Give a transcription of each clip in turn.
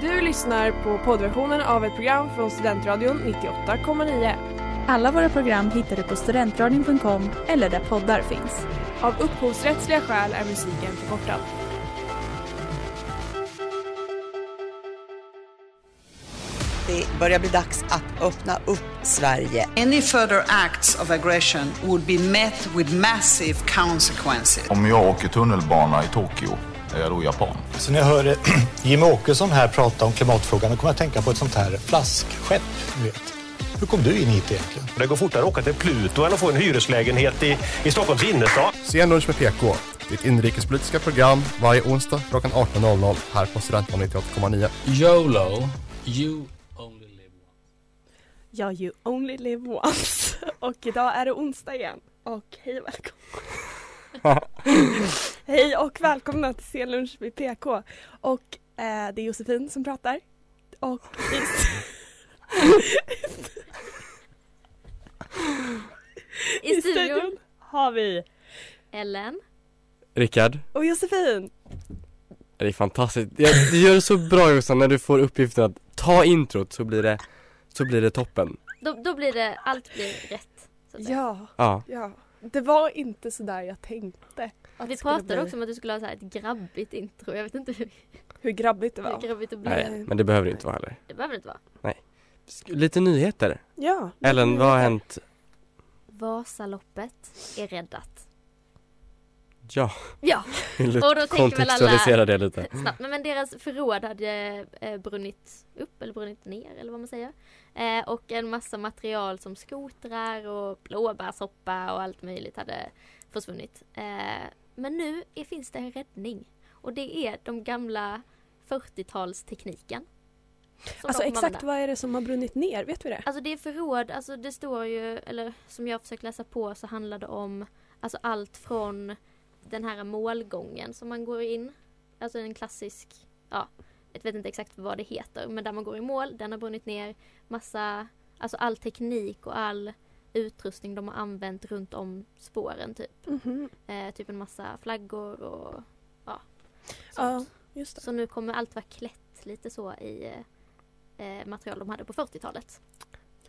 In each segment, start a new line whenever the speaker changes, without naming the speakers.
Du lyssnar på poddversionen av ett program från Studentradion 98,9.
Alla våra program hittar du på studentradion.com eller där poddar finns.
Av upphovsrättsliga skäl är musiken förkortad.
Det börjar bli dags att öppna upp Sverige.
Any further acts of aggression would be met with massive consequences.
Om jag åker tunnelbana i Tokyo, är jag då japan?
Så när jag hör eh, Jimmy Åkesson här prata om klimatfrågan då kommer jag att tänka på ett sånt här flaskskepp. Ni vet. Hur kom du in hit egentligen?
Det går fortare att åka till Pluto än att få en hyreslägenhet i, i Stockholms innerstad.
Sen lunch med PK, ditt inrikespolitiska program varje onsdag klockan 18.00 här på Studentbarn 98,9.
YOLO, you only live once.
Ja, you only live once. Och idag är det onsdag igen. Och hej och välkomna. hej och välkomna till Sen lunch med PK. Och eh, det är Josefin som pratar. Och i,
I studion
har vi
Ellen.
Rickard,
och Josefin.
det är fantastiskt. Jag, du gör det så bra Jossan när du får uppgiften att ta introt så blir det, så blir det toppen.
Då, då blir det, allt blir rätt. Så att säga.
Ja,
Ja.
ja. Det var inte så där jag tänkte. att det
Vi
skulle
pratade
bli.
också om att du skulle ha så här ett grabbigt intro. Jag vet inte hur,
Hur grabbigt det var.
hur grabbigt det blev.
Nej, men det behöver det inte vara heller.
Det behöver det inte vara.
Sk- Lite nyheter.
Ja.
Ellen, vad har hänt?
Vasaloppet är räddat.
Ja,
Ja,
vill du
Och då tänker väl alla-
kontextualisera det lite?
snabbt. Men, men deras förråd hade eh, brunnit upp eller brunnit ner eller vad man säger. Eh, och en massa material som skotrar och blåbärssoppa och allt möjligt hade försvunnit. Eh, men nu är, finns det en räddning. Och det är de gamla 40-talstekniken.
Alltså
som de kommer
exakt
använda.
vad är det som har brunnit ner? Vet vi det?
Alltså det är förråd, alltså det står ju, eller som jag försökt läsa på så handlar det om alltså allt från den här målgången som man går in, alltså en klassisk, ja, jag vet inte exakt vad det heter, men där man går i mål, den har brunnit ner, massa, alltså all teknik och all utrustning de har använt runt om spåren typ.
Mhm.
Eh, typ en massa flaggor och ja,
Ja,
sånt.
just det.
Så nu kommer allt vara klätt lite så i eh, material de hade på 40-talet.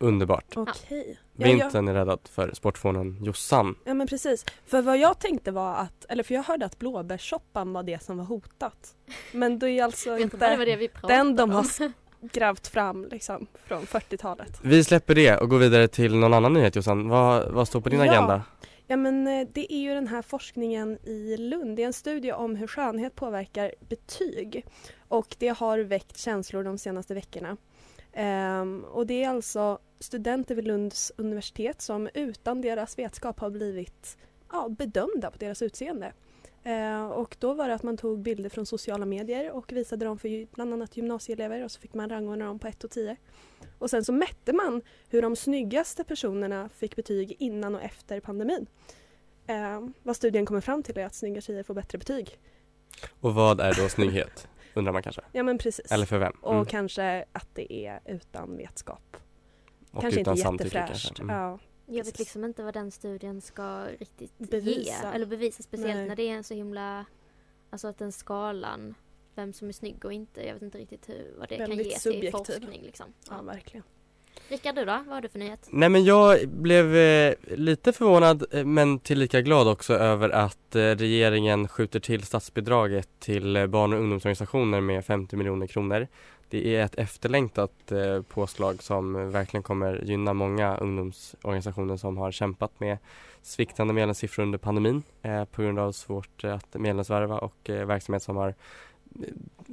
Underbart.
Okej. Ja, jag-
Vintern är räddad för sportfånen Jossan.
Ja men precis. För vad jag tänkte var att, eller för jag hörde att blåbärssoppan var det som var hotat. Men det är alltså
Jag vet inte om det var
inte
det vi pratade
den de har
om.
grävt fram liksom från 40-talet.
Vi släpper det och går vidare till någon annan nyhet Jossan. Vad, vad står på din
Ja.
agenda?
Ja men eh, det är ju den här forskningen i Lund. Det är en studie om hur skönhet påverkar betyg. Och det har väckt känslor de senaste veckorna. Ehm, och det är alltså studenter vid Lunds universitet som utan deras vetskap har blivit ja, bedömda på deras utseende. Eh, och då var det att man tog bilder från sociala medier och visade dem för ju- bland annat gymnasieelever och så fick man rangordna dem på 1 och 10. Och sen så mätte man hur de snyggaste personerna fick betyg innan och efter pandemin. Eh, vad studien kommer fram till är att snygga tjejer får bättre betyg.
Och vad är då snygghet? Undrar man kanske.
Ja men precis.
Eller för vem?
och
Mm.
kanske att det är utan vetskap.
Och
kanske
utan
inte
samtycke
jättefräscht.
kanske. Mm.
Ja.
Jag
Precis.
vet liksom inte vad den studien ska riktigt
Bevisa.
ge. Eller bevisa speciellt
Nej.
när det är en så himla... Alltså att den skalan, vem som är snygg och inte. Jag vet inte riktigt hur, vad det
Väldigt
kan ge
subjektiv.
till forskning. Liksom.
ja
Ja.
verkligen.
Rickard, du då? Vad har du för nyhet?
Nej men jag blev eh, lite förvånad eh, men tillika glad också över att eh, regeringen skjuter till statsbidraget till eh, barn och ungdomsorganisationer med 50 miljoner kronor. Det är ett efterlängtat eh, påslag som eh, verkligen kommer gynna många ungdomsorganisationer som har kämpat med sviktande medlemssiffror under pandemin eh, på grund av svårt eh, att medlemsvärva och eh, verksamhet som har eh,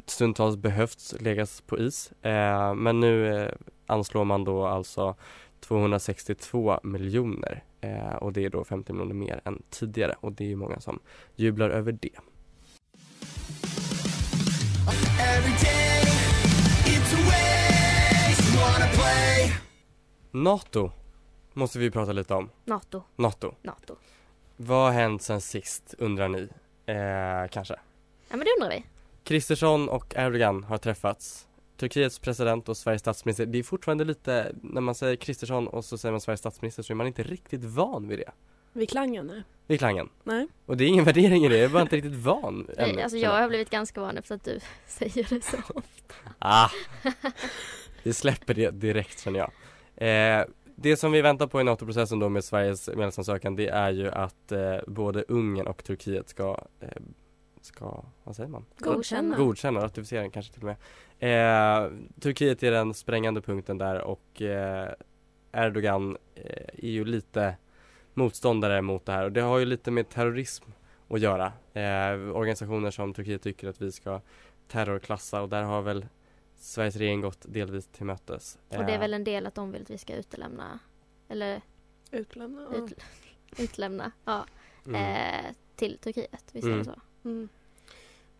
stundtals behövts läggas på is. Eh, men nu eh, anslår man då alltså 262 miljoner eh, och det är då 50 miljoner mer än tidigare och det är ju många som jublar över det. NATO måste vi prata lite om.
Nato,
NATO.
Nato.
Vad har hänt sen sist undrar ni? Eh, kanske.
Ja men det undrar vi.
Kristersson och Erdogan har träffats. Turkiets president och Sveriges statsminister. Det är fortfarande lite, när man säger Kristersson och så säger man Sveriges statsminister så är man inte riktigt van vid det.
Vid klangen? nej.
vid klangen.
Nej.
Och det är ingen värdering i det, jag är bara inte riktigt van ännu,
Nej, alltså jag
känner
har blivit ganska van efter att du säger det så.
Ah, vi släpper det direkt känner jag. Eh, det som vi väntar på i NATO-processen då med Sveriges medlemsansökan det är ju att eh, både Ungern och Turkiet ska, eh, ska, vad säger man?
Godkänna.
Godkänna, ratificera kanske till och med. Eh, Turkiet är den sprängande punkten där och eh, Erdogan eh, är ju lite motståndare mot det här och det har ju lite med terrorism att göra. Eh, organisationer som Turkiet tycker att vi ska terrorklassa och där har väl Sveriges regering gått delvis till mötes.
Och det är
Eh,
väl en del att de vill att vi ska utelämna, eller
Utlämna? Ja.
ut, utlämna, ja,
mm.
eh, till Turkiet. Visst är
Mm.
det så?
Mm.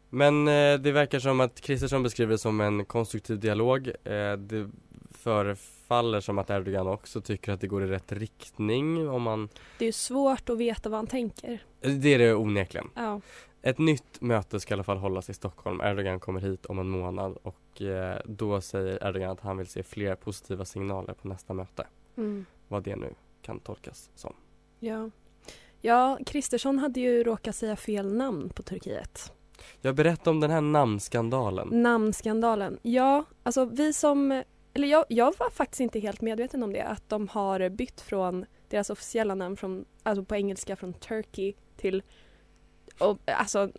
Men eh, det verkar som att Kristersson beskriver det som en konstruktiv dialog. Eh, det förefaller som att Erdogan också tycker att det går i rätt riktning om man...
Det är ju svårt att veta vad han tänker.
Det är det onekligen.
Ja.
Ett nytt möte ska i alla fall hållas i Stockholm. Erdogan kommer hit om en månad och eh, då säger Erdogan att han vill se fler positiva signaler på nästa möte.
Mm.
Vad det nu kan tolkas som.
Ja. Ja, Kristersson hade ju råkat säga fel namn på Turkiet.
Jag berättade om den här
Mm,
namnskandalen.
Namnskandalen. Ja, alltså vi som... Eller jag, jag var faktiskt inte helt medveten om det, att de har bytt från deras officiella namn från, alltså på engelska från Turkey till och, alltså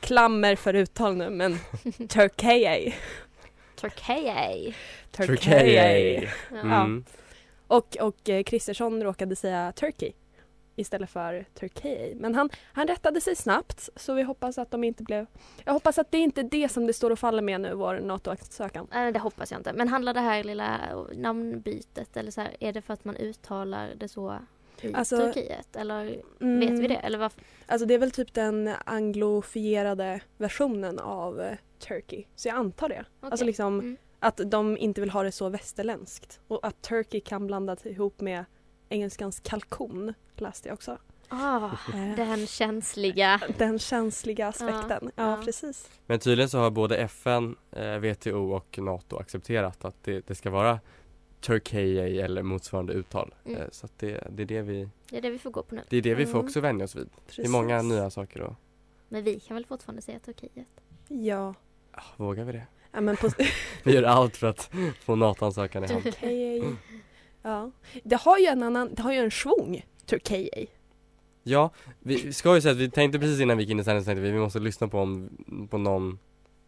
klammer för uttal nu men Turkey.
Turkiet!
Turkey.
Ja.
Mm.
Och, och eh, Kristersson råkade säga Turkey istället för Turkey. Men han, han rättade sig snabbt så vi hoppas att de inte blev... Jag hoppas att det inte är det som det står och faller med nu, vår NATO-ansökan.
Nej, det hoppas jag inte. Men handlar det här lilla namnbytet eller så här, är det för att man uttalar det så i
Alltså-
Turkiet? Eller
Mm,
vet vi det? Eller varför?
Alltså det är väl typ den anglofierade versionen av eh, Turkey. Så jag antar det. Alltså
Okej.
liksom
Mm.
att de inte vill ha det så västerländskt. Och att Turkey kan blandas ihop med engelskans kalkon läste jag också.
Ah,
Eh,
den känsliga.
Den känsliga aspekten. Ja,
ja.
precis.
Men tydligen så har både FN, eh, WTO och NATO accepterat att det, det ska vara Turkey eller motsvarande uttal.
Mm.
Eh, så att det, det, är det, vi,
Det är det vi får gå på nu.
det är det vi får
Mm.
också vänja oss vid. Det
precis.
är många nya saker och
Men vi kan väl fortfarande säga Turkiet?
Ja.
ah, vågar vi det?
Ja, men på...
Vi gör allt för att få NATO-ansökan i hamn. Mm.
Turkey. Ja. Det har ju en annan, det har ju en svung, Turkey.
Ja, vi ska ju säga att vi tänkte precis innan vi gick in i sändningen så tänkte vi vi måste lyssna på om, på någon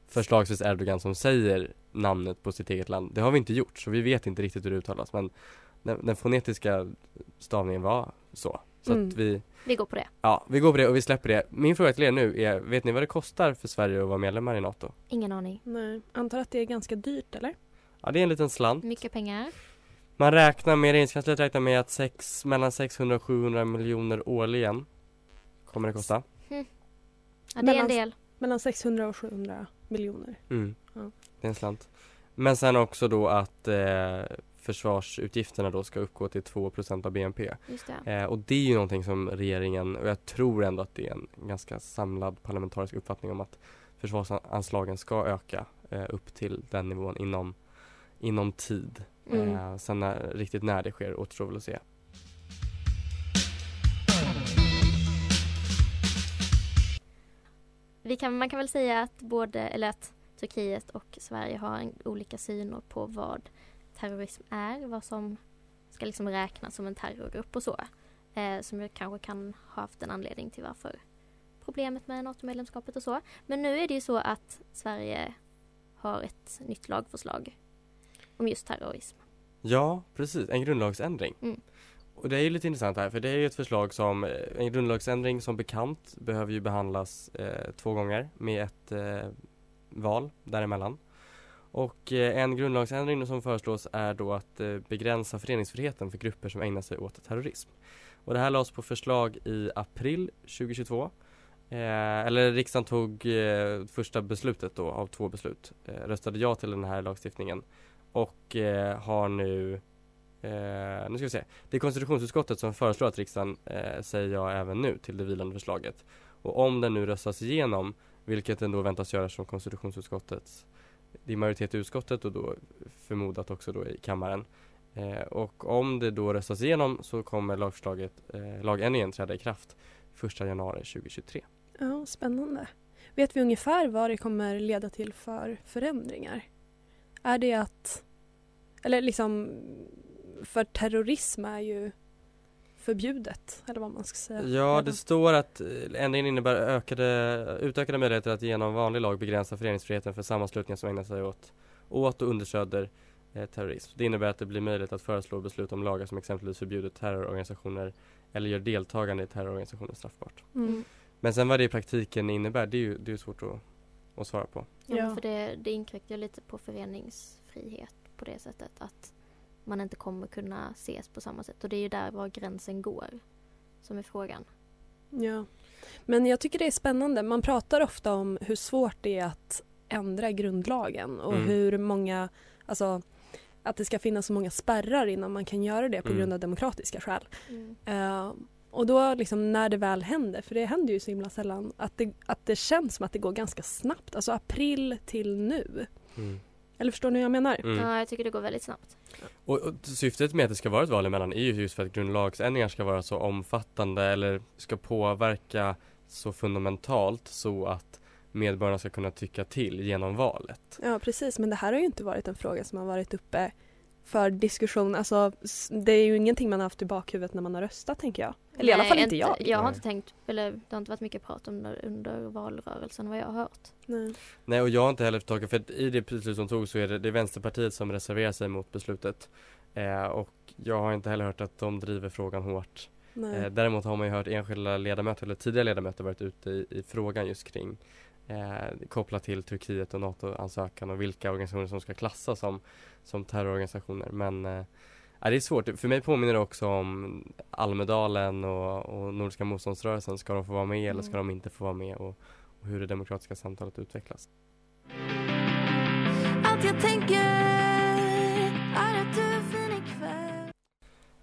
förslagsvis Erdogan som säger namnet på sitt eget land. Det har vi inte gjort så vi vet inte riktigt hur det uttalas men den, den fonetiska stavningen var så. Så
Mm.
att vi,
Vi går på det.
ja vi går på det och vi släpper det. Min fråga till er nu är, vet ni vad det kostar för Sverige att vara medlemmar i NATO?
Ingen aning.
Nej, antar att det är ganska dyrt eller?
Ja det är en liten slant.
Mycket pengar.
Man räknar med, regeringskansliet räknar med att sex, mellan 600 och 700 miljoner årligen kommer det kosta.
Ja, det är
Mellan-
en del.
Mellan 600 och 700 miljoner.
Mm.
Ja.
Det är en slant. Men sen också då att eh, försvarsutgifterna då ska uppgå till 2 av BNP.
Just det.
Eh, och det är ju någonting som regeringen, och jag tror ändå att det är en ganska samlad parlamentarisk uppfattning om att försvarsanslagen ska öka eh, upp till den nivån inom, inom tid.
Mm.
Eh, sen när, riktigt när det sker återstår väl att se.
Vi kan, man kan väl säga att både, eller att Turkiet och Sverige har en, olika syner på vad terrorism är, vad som ska liksom räknas som en terrorgrupp och så. Eh, som ju kanske kan ha haft en anledning till varför problemet med NATO-medlemskapet och så. Men nu är det ju så att Sverige har ett nytt lagförslag om just terrorism.
Ja, precis. En grundlagsändring.
Mm.
Och det är ju lite intressant här, för det är ju ett förslag som, eh, en grundlagsändring som bekant behöver ju behandlas eh, två gånger med ett eh, val däremellan. Och eh, en grundlagsändring som föreslås är då att eh, begränsa föreningsfriheten för grupper som ägnar sig åt terrorism. Och det här lades på förslag i april 2022. Eh, eller riksdagen tog eh, första beslutet då av två beslut, eh, röstade ja till den här lagstiftningen och eh, har nu eh, nu ska vi se. Det är konstitutionsutskottet som föreslår att riksdagen eh, säger ja även nu till det vilande förslaget. Och om den nu röstas igenom, vilket den då väntas göra som konstitutionsutskottets, det är majoritet i utskottet och då förmodat också då i kammaren, Eh, och om det då röstas igenom så kommer lagförslaget, eh, lagändringen träda i kraft 1 januari 2023.
Ja, spännande. Vet vi ungefär vad det kommer leda till för förändringar? Är det att... Eller liksom... För terrorism är ju förbjudet, eller vad man ska säga.
Ja, det
redan.
står att eh, ändringen innebär ökade, utökade möjligheter att genom vanlig lag begränsa föreningsfriheten för sammanslutningar som ägnar sig åt, åt och understöder eh, terrorism. Det innebär att det blir möjligt att föreslå beslut om lagar som exempelvis förbjuder terrororganisationer eller gör deltagande i terrororganisationer straffbart.
Mm.
Men sen vad det i praktiken innebär, det är ju det är ju svårt att, att svara på.
Ja,
Ja.
För det, det inkräktar ju lite på föreningsfrihet på det sättet att man inte kommer kunna ses på samma sätt. Och det är ju där var gränsen går som är frågan.
Ja. Men jag tycker det är spännande. Man pratar ofta om hur svårt det är att ändra grundlagen och
Mm.
hur många, alltså att det ska finnas så många spärrar innan man kan göra det på
Mm.
grund av demokratiska skäl.
Mm.
Eh, och då liksom när det väl händer, för det händer ju så himla sällan, att det, att det känns som att det går ganska snabbt. Alltså april till nu.
Mm.
Eller förstår ni hur jag menar?
Mm.
Ja, jag tycker det går väldigt snabbt.
Och, och syftet med att det ska vara ett val emellan är ju just för att grundlagsändringar ska vara så omfattande eller ska påverka så fundamentalt så att medborgarna ska kunna tycka till genom valet.
Ja precis, men det här har ju inte varit en fråga som har varit uppe för diskussion. Alltså s- det är ju ingenting man har haft i bakhuvudet när man har röstat tänker jag. Eller i alla
Nej,
fall inte jag.
Jag har
Nej.
inte tänkt, eller det har inte varit mycket prat om det under valrörelsen vad jag har hört.
Nej.
Nej, och jag har inte heller förstått för att i det beslut som togs så är det, det är Vänsterpartiet som reserverar sig mot beslutet. Eh, och jag har inte heller hört att de driver frågan hårt
Nej.
Eh, däremot har man ju hört enskilda ledamöter eller tidigare ledamöter varit ute i, i frågan just kring eh, kopplat till Turkiet och NATO-ansökan och vilka organisationer som ska klassas som, som terrororganisationer. Men eh, ja, det är svårt. För mig påminner det också om Almedalen och, och Nordiska motståndsrörelsen. Ska de få vara med eller ska de inte få vara med och, och hur det demokratiska samtalet utvecklas.
Allt jag tänker är att du är fin ikväll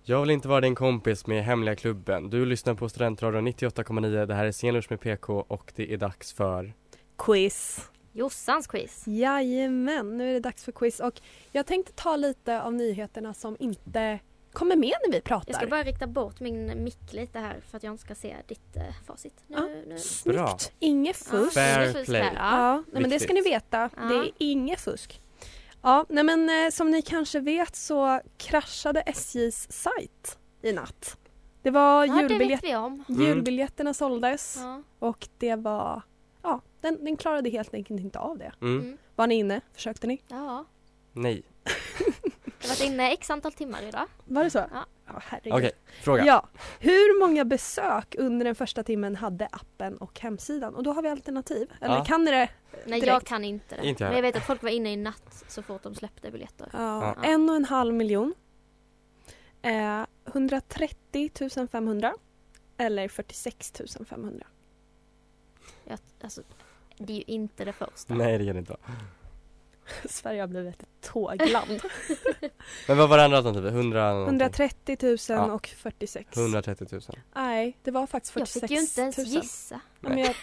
Jag vill inte vara din kompis med Hemliga klubben. Du lyssnar på Studentradion 98,9. Det här är Scenlunch med PK och det är dags för
Quiz.
Jossans quiz!
Jajamän, nu är det dags för quiz och jag tänkte ta lite av nyheterna som inte kommer med när vi pratar.
Jag ska bara rikta bort min mick lite här för att jag inte ska se ditt eh, facit. Nu,
Ja.
nu.
Snyggt,
Bra.
inget
Ja,
fusk.
Fair
nu får vi se
play.
här.
Ja,
Ja.
nej, men det ska ni
viktigt.
veta.
Ja.
Det är inget fusk. Ja, nej, men eh, som ni kanske vet så kraschade SJs sajt i natt. Det var
Ja, det
julbiljett,
vet vi om.
Mm.
julbiljetterna såldes
Ja.
och det var... Ja, den, den klarade helt enkelt inte av det.
Mm.
Mm.
Var ni inne? Försökte ni?
ja.
Nej.
Jag har varit inne x antal timmar idag.
Var det så?
Ja.
herregud.
Okej, fråga.
Ja. Hur många besök under den första timmen hade appen och hemsidan? Och då har vi alternativ. Eller
Ja.
kan ni det?
Nej jag
Direkt.
kan inte det.
Inte jag.
Men jag vet att folk var inne i natt så fort de släppte biljetter.
Ja.
Ja.
En och en halv miljon. Eh, 130 500. Eller 46 500.
Jag, alltså, det är ju inte det första.
Nej det kan det inte vara.
Sverige har blivit ett tågland.
Men vad var det andra alternativet? 100 någonting?
130 000
Ja.
och 46.
130 000.
Nej, det var faktiskt
Jag
46 000.
fick ju inte ens gissa.
Ja, men jag,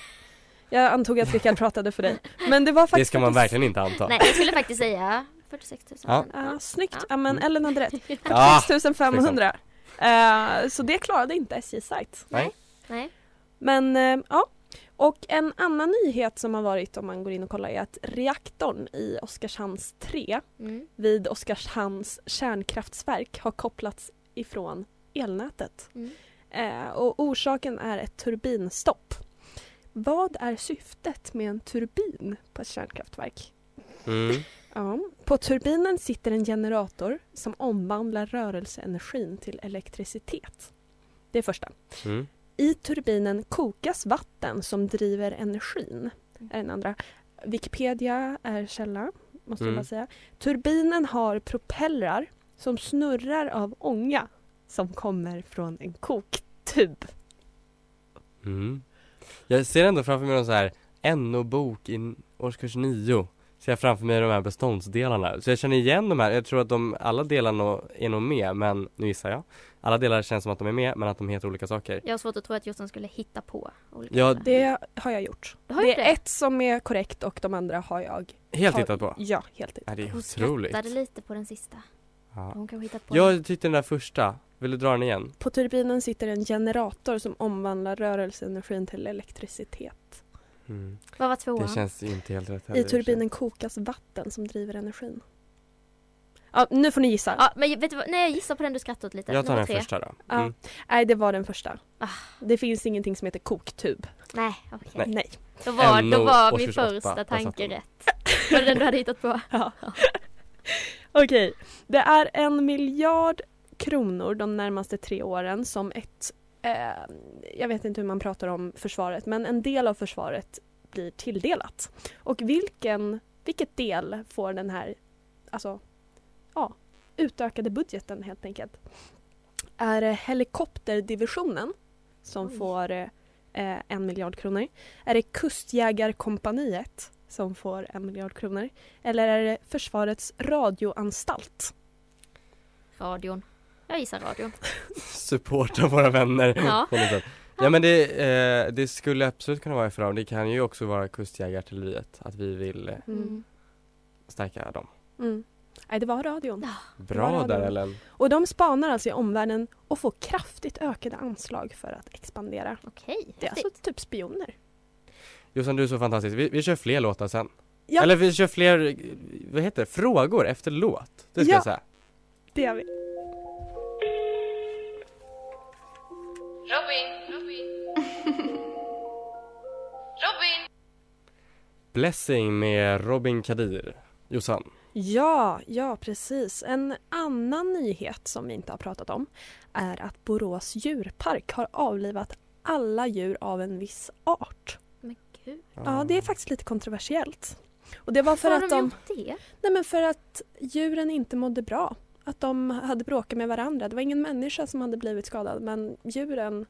jag antog att Rickard pratade för dig. Men det var
Det
faktiskt
ska man
46
verkligen inte anta.
Nej jag skulle faktiskt säga 46 000.
Ja.
Ja, snyggt.
Ja.
Ja. men
Mm.
Ellen hade rätt.
Ah,
46 500. Eh, så det klarade inte SJ sajt.
Nej.
Nej.
Men eh, ja. Och en annan nyhet som har varit om man går in och kollar är att reaktorn i Oskarshamns 3
Mm.
vid Oskarshamns kärnkraftverk har kopplats ifrån elnätet.
Mm.
Eh, och orsaken är ett turbinstopp. Vad är syftet med en turbin på ett kärnkraftverk?
Mm.
Ja. På turbinen sitter en generator som omvandlar rörelseenergin till elektricitet. Det är första.
Mm.
I turbinen kokas vatten som driver energin. Är den andra. Wikipedia är källa, måste
Mm.
jag bara säga. Turbinen har propellrar som snurrar av ånga som kommer från en koktub.
Mm. Jag ser ändå framför mig någon så här NO-bok i årskurs 9. Ser jag framför mig de här beståndsdelarna. Så jag känner igen de här. Jag tror att de, alla delar nå- är nog med, men nu gissar jag. Alla delar känns som att de är med, men att de heter olika saker.
Jag har svårt att tro att Jossan skulle hitta på olika
Ja,
saker.
Det har jag gjort.
Du har
det
gjort
är
det?
ett som är korrekt och de andra har jag
Helt
har-
hittat på.
Ja, helt
Ja, det är
Hon skrattade
otroligt.
lite på den sista.
Ja.
Hon kanske hittar på
Jag tyckte den där första, vill du dra den igen?
På turbinen sitter en generator som omvandlar rörelseenergin till elektricitet.
Mm.
Vad var tvåan?
Det känns inte helt rätt
I
heller.
turbinen kokas vatten som driver energin. Ja, nu får ni gissa.
Ja, men vet du vad? Nej, jag gissar på den du skrattade åt lite.
Jag tar
Nummer
den
tre.
första då.
Ja.
Mm.
Nej, det var den första.
Ah.
Det finns ingenting som heter koktub.
Nej, okej.
Nej.
Då var, då var
NO
min
årskurs åtta.
första
Där satt
tanke
hon.
rätt. Var det den du hade hittat på?
Okej, det är en miljard kronor de närmaste tre åren som ett, eh, jag vet inte hur man pratar om försvaret, men en del av försvaret blir tilldelat. Och vilken, vilket del får den här, alltså, ja, utökade budgeten helt enkelt? Är det helikopterdivisionen som
Oj.
får eh, en miljard kronor? Är det kustjägarkompaniet som får en miljard kronor? Eller är det Försvarets radioanstalt?
Radion. Jag gissar radion.
Supporta våra vänner.
Ja.
på något sätt. Ja men det, eh, det skulle absolut kunna vara för dem. Det kan ju också vara kustjägarartilleriet, att vi vill eh,
Mm.
stärka dem.
Mm. Nej, det var radion. Bra
Bra där
där.
Ellen.
Och de spanar alltså i omvärlden och får kraftigt ökade anslag för att expandera.
Okej,
Det är
häftigt.
alltså typ spioner.
Jossan du är så fantastisk. Vi, vi kör fler låtar sen.
Ja.
Eller vi kör fler, eh, vad heter det, frågor efter låt. Det ska
Ja.
jag säga.
Det gör vi.
Blessing med Robin Kadir. Jossan.
Ja, ja precis. En annan nyhet som vi inte har pratat om är att Borås djurpark har avlivat alla djur av en viss art.
Men gud.
Ja, det är faktiskt lite kontroversiellt. Och det var för
Varför
att
har de
de...
gjort det?
Nej men för att djuren inte mådde bra. Att de hade bråkat med varandra. Det var ingen människa som hade blivit skadad men djuren,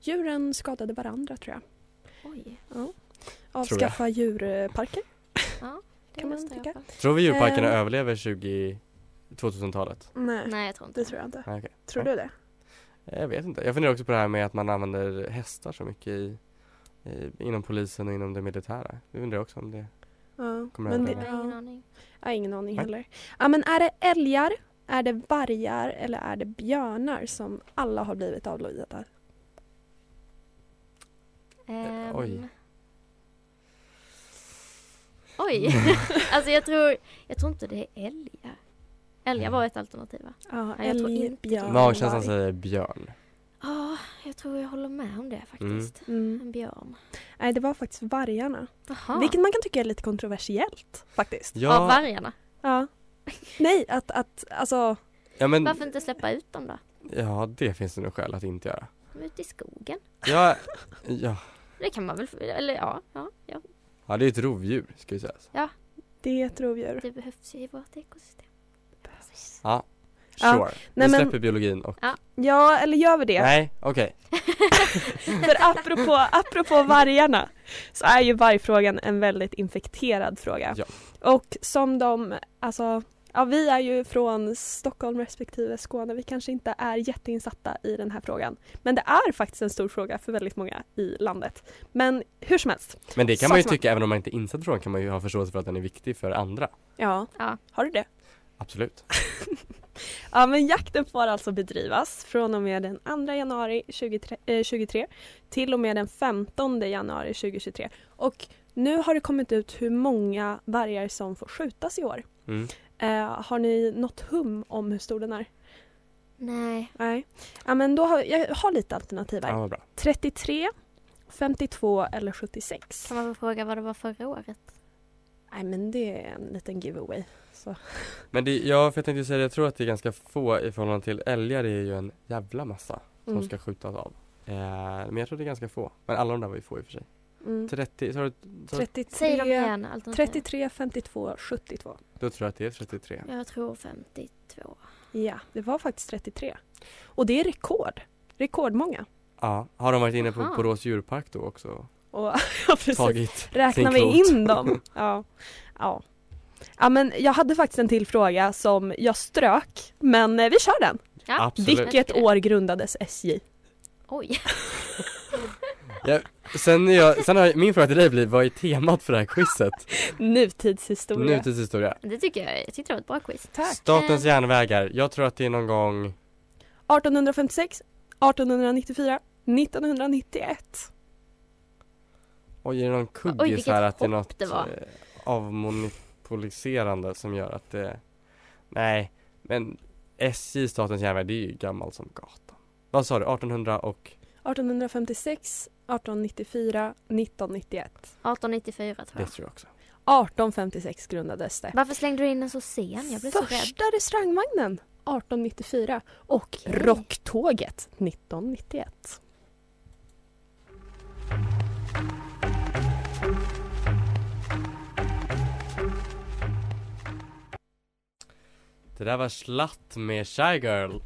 djuren skadade varandra tror jag.
Oj.
Avskaffa djurparker.
Det
Kan man
röstar jag
tycka?
för.
Tror vi djurparkerna
Ehm.
överlever 20, 2000-talet?
Nej,
Nej, jag tror inte
det tror jag inte.
Nej, okej.
Tror du det?
Jag vet inte. Jag funderar också på det här med att man använder hästar så mycket i, i, inom polisen och inom det militära. Det undrar jag också om det.
Ja.
Kommer
men
jag
det
Jag har ingen
ja.
aning.
Jag har ingen aning
Nej.
heller. Ja, men är det älgar, är det vargar eller är det björnar som alla har blivit avlivade?
Ehm,
oj.
Oj. alltså jag tror, jag tror inte det är älgar. Älgar var ett alternativ va?
Ja,
Nej, jag tror
älg,
inte det.
björn,
Magkänslan
varg.
säger björn.
Ja, jag tror jag håller med om det faktiskt.
Mm.
En björn.
Nej, det var faktiskt vargarna.
Jaha.
Vilket man kan tycka är lite kontroversiellt faktiskt.
Av
Ja,
vargarna?
Ja. Nej, att, att alltså,
ja, men,
Varför inte släppa ut dem då?
ja det finns det nog skäl att inte göra.
De är ute i skogen.
Ja, ja,
Det kan man väl, eller ja, ja, ja.
ja det är ett rovdjur ska vi säga.
det är ett rovdjur.
det behövs ju i vårt ekosystem. Precis.
Ja,
Ja,
sure.
nej,
vi
men-
släpper biologin och...
Ja, eller gör vi det?
Nej, okej.
För apropå, apropå vargarna så är ju vargfrågan en väldigt infekterad fråga.
Ja.
Och som de, alltså, ja vi är ju från Stockholm respektive Skåne, vi kanske inte är jätteinsatta i den här frågan. Men det är faktiskt en stor fråga för väldigt många i landet. Men hur som helst.
Men det kan man ju
Saknar-
tycka, även om man inte är insatt i frågan kan man ju ha förståelse för att den är viktig för andra.
Ja,
Ja.
har du det?
Absolut.
Ja, men jakten får alltså bedrivas från och med den 2 januari 2023, eh, 2023 till och med den 15 januari 2023. Och nu har det kommit ut hur många vargar som får skjutas i år.
Mm.
Eh, har ni något hum om hur stor den är?
Nej,
Nej. Ja, men då har, jag har lite alternativ här.
Ja, vad bra.
33, 52 eller 76?
kan man väl fråga vad det var förra året?
Nej, men det är en liten giveaway. Så.
Men det, ja, för jag tänkte säga det, jag tror att det är ganska få i förhållande till älgar, det är ju en jävla massa som
Mm.
ska skjutas av. Eh, men jag tror det är ganska få. Men alla de där var ju få i och för sig.
Mm.
30, så,
Säg dem
33,
igen, alternativen.
33, 52, 72.
då tror jag att det är 33.
Jag tror 52.
Ja, det var faktiskt 33. Och det är rekord. Rekordmånga.
Ja, har de varit inne på
Aha.
Borås djurpark då också?
Och, ja, precis.
Tagit
Räknar
sin
vi
kvot.
in dem? Ja. ja. Ja, men jag hade faktiskt en till fråga som jag strök, men eh, vi kör den.
Ja,
Absolut.
Jag tycker
Vilket
det.
år grundades SJ?
Oj.
Jag, Sen, är jag, sen har jag, min fråga till dig blir, vad är temat för det här quizet?
Nutidshistoria.
Nutidshistoria.
Det tycker jag, jag tyckte det var ett bra quiz.
Tack.
Statens
Eh.
järnvägar, jag tror att det är någon gång
1856, 1894, 1991.
Oj, är det någon kuggis
Oj, vilket
här att det är
hopp
något
det var.
eh, avmonopoliserande som gör att det Nej, men SJ, Statens järnvägar, det är ju gammalt som gatan Vad sa du, 1800 och
1856, 1894, 1991.
1894 tror
det
jag.
tror jag också
1856 grundades det.
Varför slängde du in den så sen? Jag blev så rädd.
Första restaurangvagnen 1894 och
Okej.
Rocktåget 1991.
Det där var Slatt med Shy Girl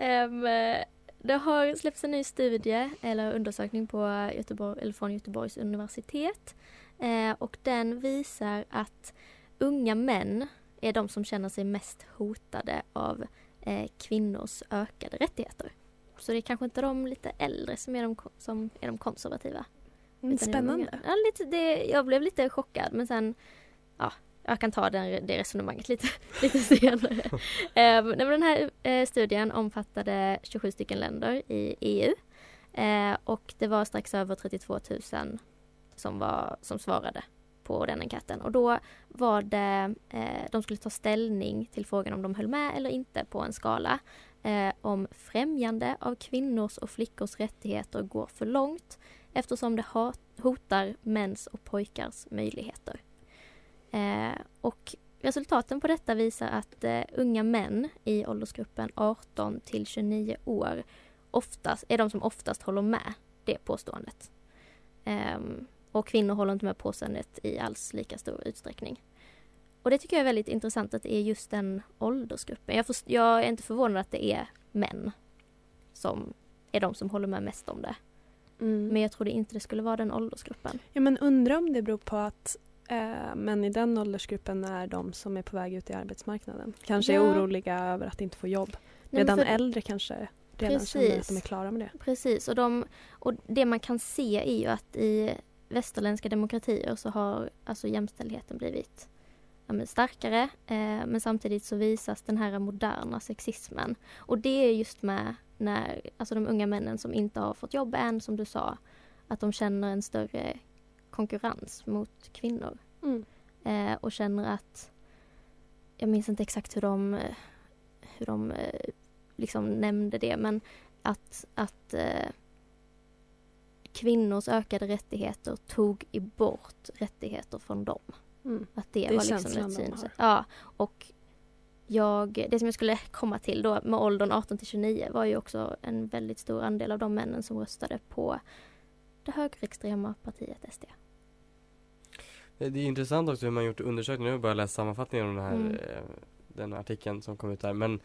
Ehm, eh, det har släppts en ny studie eller undersökning på Göteborg, eller från Göteborgs universitet Eh, och den visar att unga män är de som känner sig mest hotade av eh, kvinnors ökade rättigheter. Så det är kanske inte de lite äldre som är de, ko- som är de konservativa.
Mm,
utan det är de unga.
spännande.
Ja, lite, det, jag blev lite chockad men sen ja, jag kan ta den, det resonemanget lite, lite senare. Ehm, nej, men den här eh, studien omfattade 27 stycken länder i EU eh, och det var strax över 32 000 som, var, som svarade på den enkäten och då var det, eh, de skulle ta ställning till frågan om de höll med eller inte på en skala eh, om främjande av kvinnors och flickors rättigheter går för långt eftersom det ha- hotar mäns och pojkars möjligheter. Eh, och resultaten på detta visar att eh, unga män i åldersgruppen 18 till 29 år oftast, är de som oftast håller med det påståendet. Ehm, och kvinnor håller inte med påståendet i alls lika stor utsträckning. Och det tycker jag är väldigt intressant att det är just den åldersgruppen. Jag, först, jag är inte förvånad att det är män som är de som håller med mest om det.
Mm.
Men jag trodde inte det skulle vara den åldersgruppen.
Ja, men undrar om det beror på att eh, män i den åldersgruppen är de som är på väg ut i arbetsmarknaden. Kanske
Ja.
är oroliga över att inte få jobb.
Nej, men
Medan
för-
äldre kanske redan känner att de är
Precis.
klara med det.
Precis, och, de, och det man kan se är ju att i västerländska demokratier så har alltså jämställdheten blivit ja, men starkare eh, men samtidigt så visas den här moderna sexismen. Och det är just med när, alltså de unga männen som inte har fått jobb än, som du sa, att de känner en större konkurrens mot kvinnor.
Mm.
eh, och känner att jag minns inte exakt hur de, eh, hur de eh, liksom nämnde det men att, att eh, kvinnors ökade rättigheter tog i bort rättigheter från dem.
Mm.
Att det,
Det är
var liksom
känslan
ett
de
synsätt. Ja, och jag, det som jag skulle komma till då med åldern 18 till 29 var ju också en väldigt stor andel av de männen som röstade på det högerextrema partiet SD.
Det det är intressant också hur man gjort undersökningar, nu bara läst sammanfattningen om den här,
Mm.
eh, den här artikeln som kom ut där. Men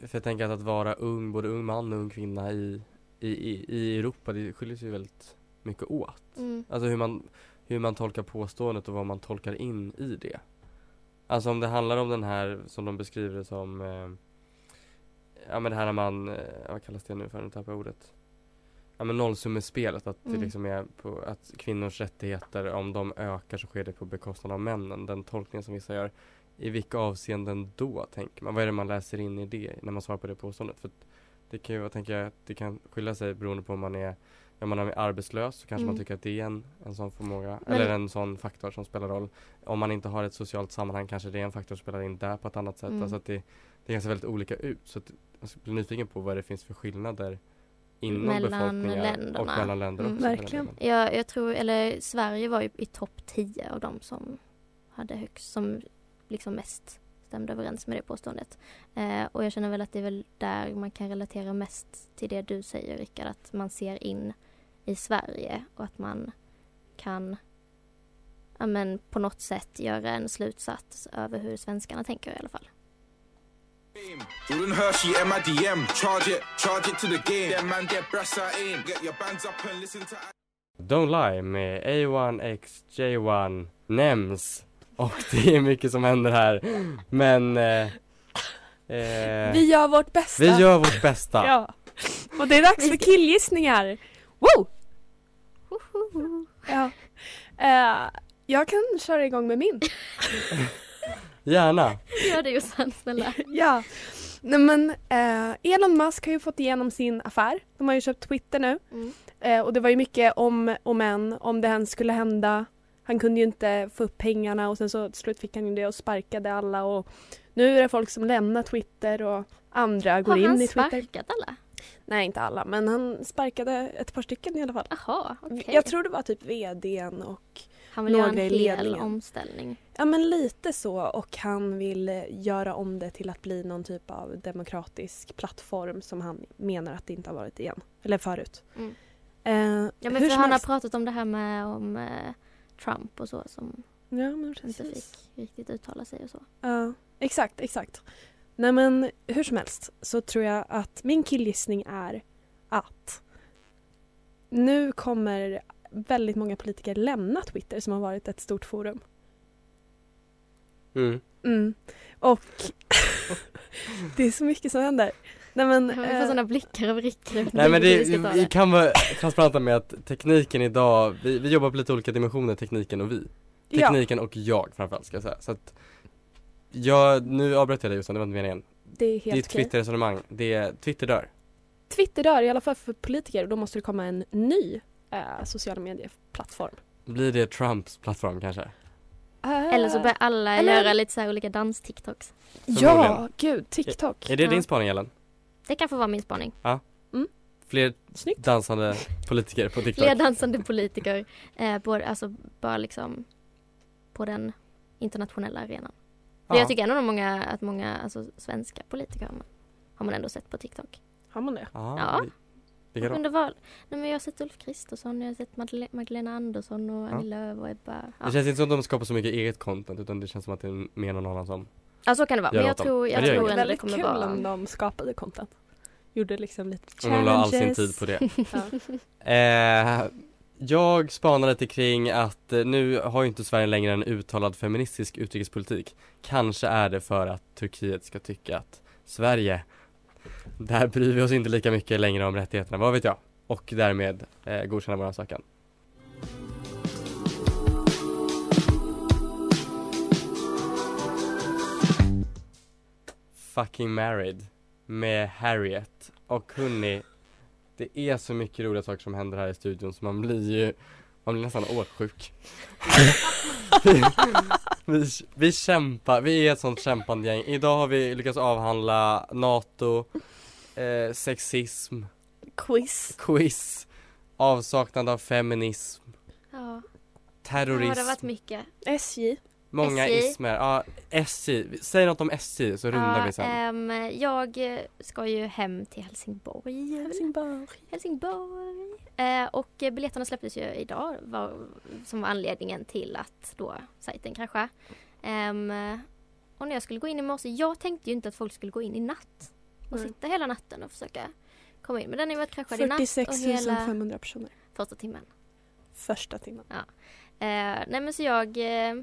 för jag tänker att, att vara ung, både ung man och ung kvinna i, i, i, i Europa, det skiljer sig väldigt mycket åt. Alltså hur man, hur man tolkar påståendet och vad man tolkar in i det. Alltså om det handlar om den här som de beskriver det som, eh, ja men det här när man, eh, vad kallas det nu för, nu tappar jag ordet. Ja men nollsummespelet, att det
Mm.
liksom är på, att kvinnors rättigheter, om de ökar så sker det på bekostnad av männen. Den tolkningen som vissa gör. I vilka avseenden då, tänker man? Vad är det man läser in i det, när man svarar på det påståendet? För att det kan ju, jag tänker jag, att det kan skilja sig beroende på om man är om man är arbetslös så kanske
Mm.
man tycker att det är en, en sån förmåga
Men-
eller en sån faktor som spelar roll. Om man inte har ett socialt sammanhang kanske det är en faktor som spelar in där på ett annat sätt.
Mm.
Alltså att det, det kan se väldigt olika ut. Så att alltså, jag blir nyfiken på vad det finns för skillnader inom
Mellan
befolkningar och
länderna.
mellan länder
Mm.
också. för den
Verkligen.
delen.
Jag, jag tror, eller Sverige var ju i topp 10 av de som hade högst, som liksom mest stämde överens med det påståendet. Eh, och jag känner väl att det är väl där man kan relatera mest till det du säger Rickard, att man ser in i Sverige och att man kan ja, men på något sätt göra en slutsats över hur svenskarna tänker i alla fall.
Jordan Hershey, MIDM, charge it, charge it to the game. Yeah man, get brass out in. Get your bands up and listen to...
Don't Lie med A1X, J1, NEMS och det är mycket som händer här men eh, eh,
Vi gör vårt bästa.
vi gör vårt bästa.
Ja. Och det är dags för killgissningar. Wow!
Hohoho.
Ja. Eh, jag kan köra igång med min.
Gärna.
Gör det Jossan snälla.
ja. Nej men eh, Elon Musk har ju fått igenom sin affär. De har ju köpt Twitter nu.
Mm.
Eh, och det var ju mycket om och men, om det ens skulle hända. Han kunde ju inte få upp pengarna och sen så till slut fick han ju det och sparkade alla och nu är det folk som lämnar Twitter och andra går
Har
in
han
i Twitter.
sparkat alla?
Nej inte alla men han sparkade ett par stycken i alla fall.
Jaha, okej.
Jag tror det var typ vdn och
Han vill göra en
några i
hel
ledningen.
omställning.
Ja men lite så och han vill eh, göra om det till att bli någon typ av demokratisk plattform som han menar att det inte har varit igen. Eller förut.
Mm.
Eh,
Ja men
hur
för
som
han har
helst-
pratat om det här med om eh, Trump och så som
Ja men
inte
precis.
fick riktigt uttala sig och så.
Ja exakt, exakt. Nej men hur som helst så tror jag att min killgissning är att nu kommer väldigt många politiker lämna Twitter som har varit ett stort forum.
Mm.
Mm. Och det är så mycket som händer. Nej men,
Jag får
eh,
sådana blickar av Rick nu.
Nej men det,
Vi ska ta
vi kan vara transparenta med att tekniken idag, vi, vi jobbar på lite olika dimensioner, tekniken och vi.
ja.
Tekniken och jag framförallt ska jag säga. Så att, jag, nu avbröt jag dig Jossan, det var inte meningen.
Det är helt
Ditt
okej.
Twitter-resonemang, det är, Twitter dör.
Twitter dör, i alla fall för politiker. och Då måste det komma en ny eh, social medieplattform.
Blir det Trumps plattform kanske?
Eller så börjar alla
Eller-
göra lite så här olika dans-TikToks.
Ja, gud, TikTok.
Är det
Ja.
din spaning Ellen?
Det kan få vara min spaning.
Fler
Mm. Snyggt.
dansande politiker på TikTok?
Fler dansande politiker. Eh, både, alltså bara liksom på den internationella arenan. För
Ja.
jag tycker ändå att många, att många alltså, svenska politiker har man, har man ändå sett på TikTok.
Har man det?
Ja.
Ja.
vi- Vilka då?
Under val. Nej, men jag har sett Ulf Kristersson, jag har sett Madele- Magdalena Andersson och
Ja.
Annie Lööf och Ebba. Ja.
Det känns inte som att de skapar så mycket eget content utan det känns som att det är mer någon annan som
ja, så kan det vara. Men
Gör
jag
åt dem.
tror, jag
Men det gör
tror
inget.
ändå det
väldigt
kommer
kul
vara...
om de skapade content. Gjorde liksom lite
om de
challenges.
la all sin tid på det.
Ja.
Eh, jag spanar lite kring att eh, nu har ju inte Sverige längre en uttalad feministisk utrikespolitik. Kanske är det för att Turkiet ska tycka att Sverige, där bryr vi oss inte lika mycket längre om rättigheterna, vad vet jag? Och därmed eh, godkänna vår ansökan. Fucking married med Harriet och hörni det är så mycket roliga saker som händer här i studion så man blir ju, man blir nästan åksjuk vi, vi, vi kämpar, vi är ett sånt kämpande gäng. Idag har vi lyckats avhandla NATO, eh, sexism,
Quiz.
quiz, avsaknad av feminism,
Ja. Ja, det
terrorism,
har varit mycket.
SJ.
många
SJ.
ismer. Ja, SJ, säg något om SJ så rundar
Ja,
vi sen.
ehm, jag eh, ska ju hem till Helsingborg.
Helsingborg.
Helsingborg. Eh, och eh, biljetterna släpptes ju idag var, som var anledningen till att då sajten kraschade. Ehm, och när jag skulle gå in i morse, jag tänkte ju inte att folk skulle gå in i natt och
Nej.
sitta hela natten och försöka komma in. Men den har ju varit kraschad i natt
46
och hela
500 personer.
första timmen.
Första timmen.
Eh, nej men så jag, eh,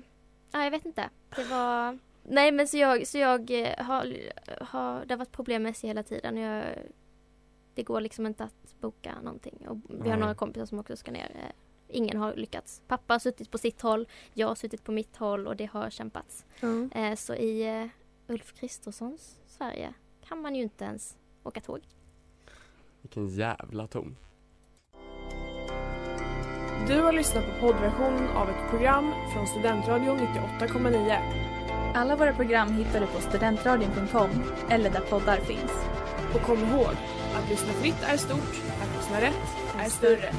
ja jag vet inte. Det var, nej men så jag, så jag eh, har, har, det har varit problem med SJ hela tiden. Jag, det går liksom inte att boka någonting. Och vi har
Nej.
några kompisar som också ska ner. Eh, ingen har lyckats. Pappa har suttit på sitt håll, jag har suttit på mitt håll och det har kämpats.
Ja.
Eh, så i eh, Ulf Kristerssons Sverige kan man ju inte ens åka tåg.
Vilken jävla ton.
Du har lyssnat på poddversionen av ett program från Studentradion 98,9.
Alla våra program hittar du på studentradion.com eller där poddar finns.
Och kom ihåg, att lyssna fritt är stort, att lyssna rätt är större.